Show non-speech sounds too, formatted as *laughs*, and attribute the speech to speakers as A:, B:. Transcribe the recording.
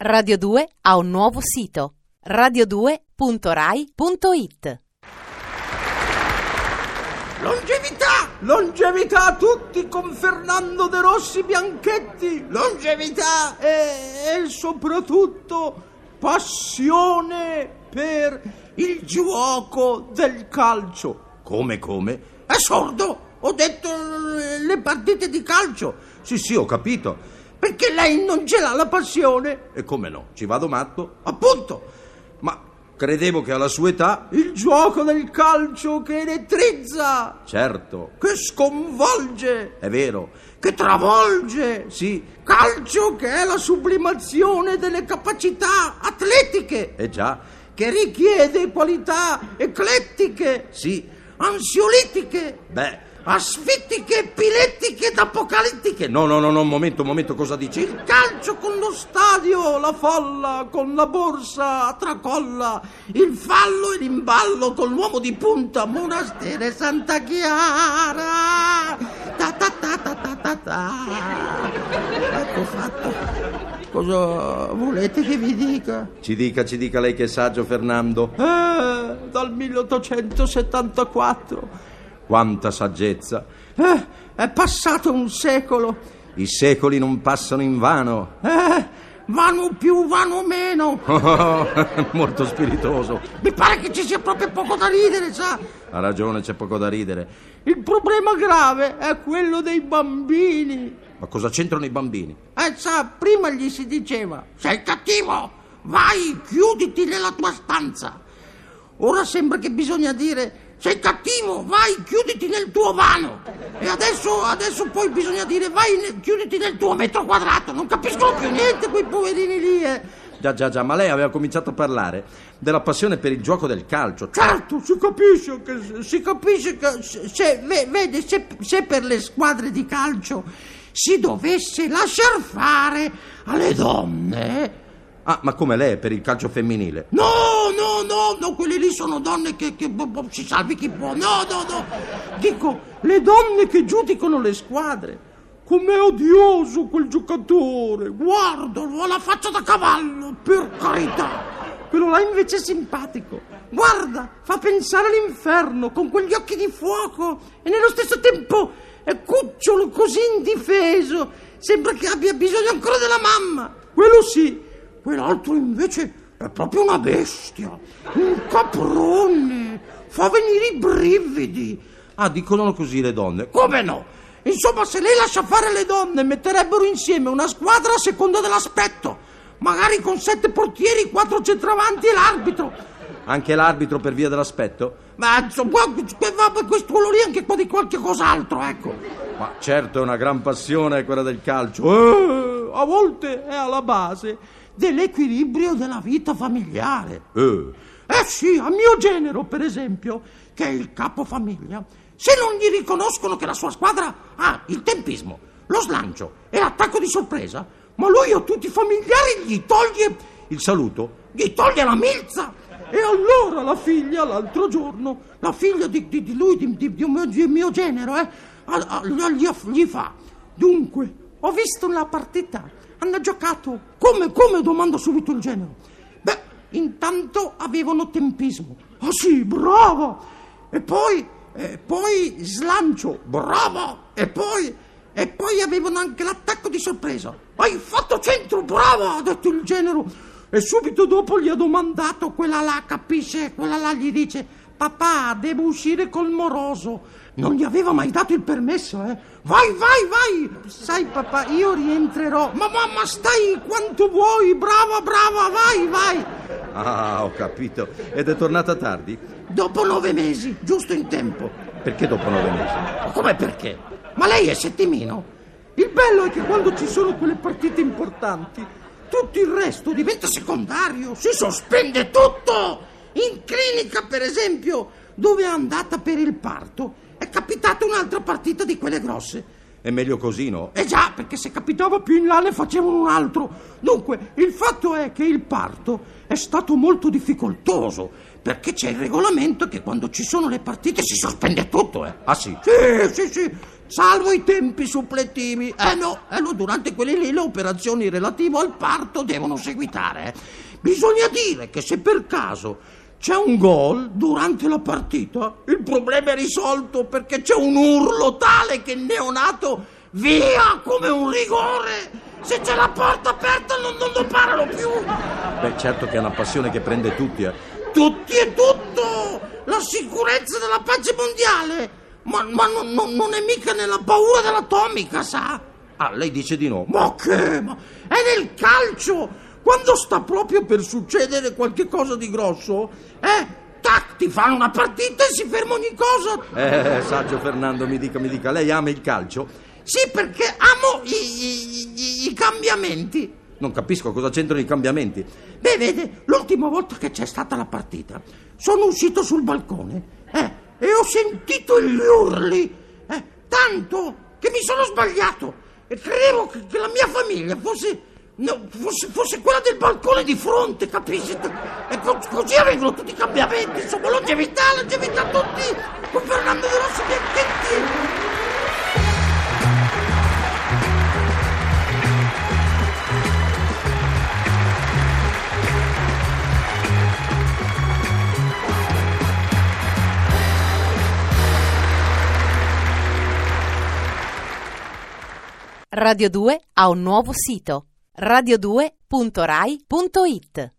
A: Radio 2 ha un nuovo sito radio2.rai.it
B: Longevità! Longevità a tutti con Fernando De Rossi Bianchetti! Longevità e, e soprattutto passione per il gioco del calcio. Come come? È sordo! Ho detto eh, le partite di calcio! Sì, sì, ho capito. Perché lei non ce l'ha la passione? E come no? Ci vado matto? Appunto! Ma credevo che alla sua età il gioco del calcio che elettrizza, certo, che sconvolge, è vero, che travolge, sì, calcio che è la sublimazione delle capacità atletiche, eh già, che richiede qualità eclettiche, sì, ansiolitiche, beh, asfittiche, epilettiche ed apocalittiche. No, no, no, no, un momento, un momento, cosa dici? Il calcio con lo stadio, la folla, con la borsa a tracolla, il fallo e l'imballo con l'uomo di punta, monastere Santa Chiara. Ta ta ta ta ta ta ta. Ecco fatto. Cosa volete che vi dica?
C: Ci dica, ci dica lei che è saggio, Fernando.
B: Eh, dal 1874.
C: Quanta saggezza.
B: Eh, è passato un secolo.
C: I secoli non passano in vano. *laughs*
B: Eh, vanno più, vanno meno.
C: Oh, molto spiritoso.
B: Mi pare che ci sia proprio poco da ridere, sa?
C: Ha ragione, c'è poco da ridere.
B: Il problema grave è quello dei bambini.
C: Ma cosa c'entrano i bambini?
B: Eh, sa, prima gli si diceva: Sei cattivo, vai, chiuditi nella tua stanza. Ora sembra che bisogna dire: Sei cattivo, vai, chiuditi nel tuo vano. E adesso, adesso poi bisogna dire: Vai, ne- chiuditi nel tuo metro quadrato. Non capiscono più niente quei poverini lì. Eh.
C: Già, già, già, ma lei aveva cominciato a parlare della passione per il gioco del calcio.
B: Certo, si capisce che, si capisce che se, se- ve- vede, se, se per le squadre di calcio si dovesse lasciar fare alle donne.
C: Ah, ma come lei è per il calcio femminile?
B: No, no, no, no, quelle lì sono donne che, che boh, boh, si salvi chi può. No, no, no. Dico, le donne che giudicano le squadre. Com'è odioso quel giocatore. Guardalo, ha la faccia da cavallo, per carità. Quello là invece è simpatico. Guarda, fa pensare all'inferno con quegli occhi di fuoco e nello stesso tempo è cucciolo così indifeso. Sembra che abbia bisogno ancora della mamma. Quello sì, Quell'altro invece è proprio una bestia, un caprone, fa venire i brividi.
C: Ah, dicono così le donne.
B: Come no? Insomma, se lei lascia fare le donne, metterebbero insieme una squadra a seconda dell'aspetto, magari con sette portieri, quattro centravanti e l'arbitro.
C: Anche l'arbitro per via dell'aspetto?
B: Ma insomma, vabbè, questo quello lì è anche qua di qualche cos'altro, ecco.
C: Ma certo è una gran passione quella del calcio.
B: Eh, a volte è alla base dell'equilibrio della vita familiare.
C: Eh,
B: Eh sì, a mio genero, per esempio, che è il capofamiglia, se non gli riconoscono che la sua squadra ha il tempismo, lo slancio e l'attacco di sorpresa, ma lui a tutti i familiari gli toglie,
C: il saluto?
B: gli toglie la milza. E allora la figlia, l'altro giorno, la figlia di, di- di lui, di, di- di mio, di mio genero, eh, a- a- gli, gli fa. Dunque, ho visto la partita, hanno giocato. Come, come? Domanda subito il genero. Beh, intanto avevano tempismo. Ah sì, bravo! E poi, e poi slancio, bravo! E poi, e poi avevano anche l'attacco di sorpresa. Hai fatto centro, bravo! ha detto il genero. E subito dopo gli ha domandato quella là, capisce? Quella là gli dice, papà, devo uscire col moroso. Non gli aveva mai dato il permesso, eh? Vai, vai, vai! Sai, papà, io rientrerò. Ma mamma, stai quanto vuoi, brava, brava, vai, vai!
C: Ah, ho capito. Ed è tornata tardi?
B: Dopo nove mesi, giusto in tempo.
C: Perché dopo nove mesi?
B: Ma come perché? Ma lei è settimino. Il bello è che quando ci sono quelle partite importanti, tutto il resto diventa secondario, si sospende tutto. In clinica, per esempio, dove è andata per il parto, è capitata un'altra partita di quelle grosse.
C: È meglio così, no?
B: Eh già, perché se capitava più in là ne facevano un altro. Dunque, il fatto è che il parto è stato molto difficoltoso, perché c'è il regolamento che quando ci sono le partite si sospende tutto, eh.
C: Ah sì?
B: Sì, sì, sì, Salvo i tempi suppletivi. Eh no, eh no, durante quelli lì le operazioni relative al parto devono seguitare. Bisogna dire che se per caso c'è un gol durante la partita, il problema è risolto perché c'è un urlo tale che il neonato via come un rigore. Se c'è la porta aperta non, non lo parano più.
C: Beh, certo che è una passione che prende tutti, eh.
B: Tutti e tutto! La sicurezza della pace mondiale! Ma, ma non, non- non è mica nella paura dell'atomica, sa?
C: Ah, lei dice di no.
B: Ma che? Ma è nel calcio! Quando sta proprio per succedere qualche cosa di grosso, eh? Tac, ti fanno una partita e si ferma ogni cosa!
C: Eh, saggio Fernando, mi dica, mi dica, lei ama il calcio?
B: Sì, perché amo i- i- i- i cambiamenti.
C: Non capisco cosa c'entrano i cambiamenti.
B: Beh, vede, l'ultima volta che c'è stata la partita, sono uscito sul balcone eh, e ho sentito gli urli, eh, tanto che mi sono sbagliato e credevo che, che la mia famiglia fosse, no, fosse, fosse quella del balcone di fronte, capisci? E co- così avvengono tutti i cambiamenti, insomma, longevità, longevità a tutti, con Fernando De Rossi Bianchetti.
A: Radio 2 ha un nuovo sito radio2.rai.it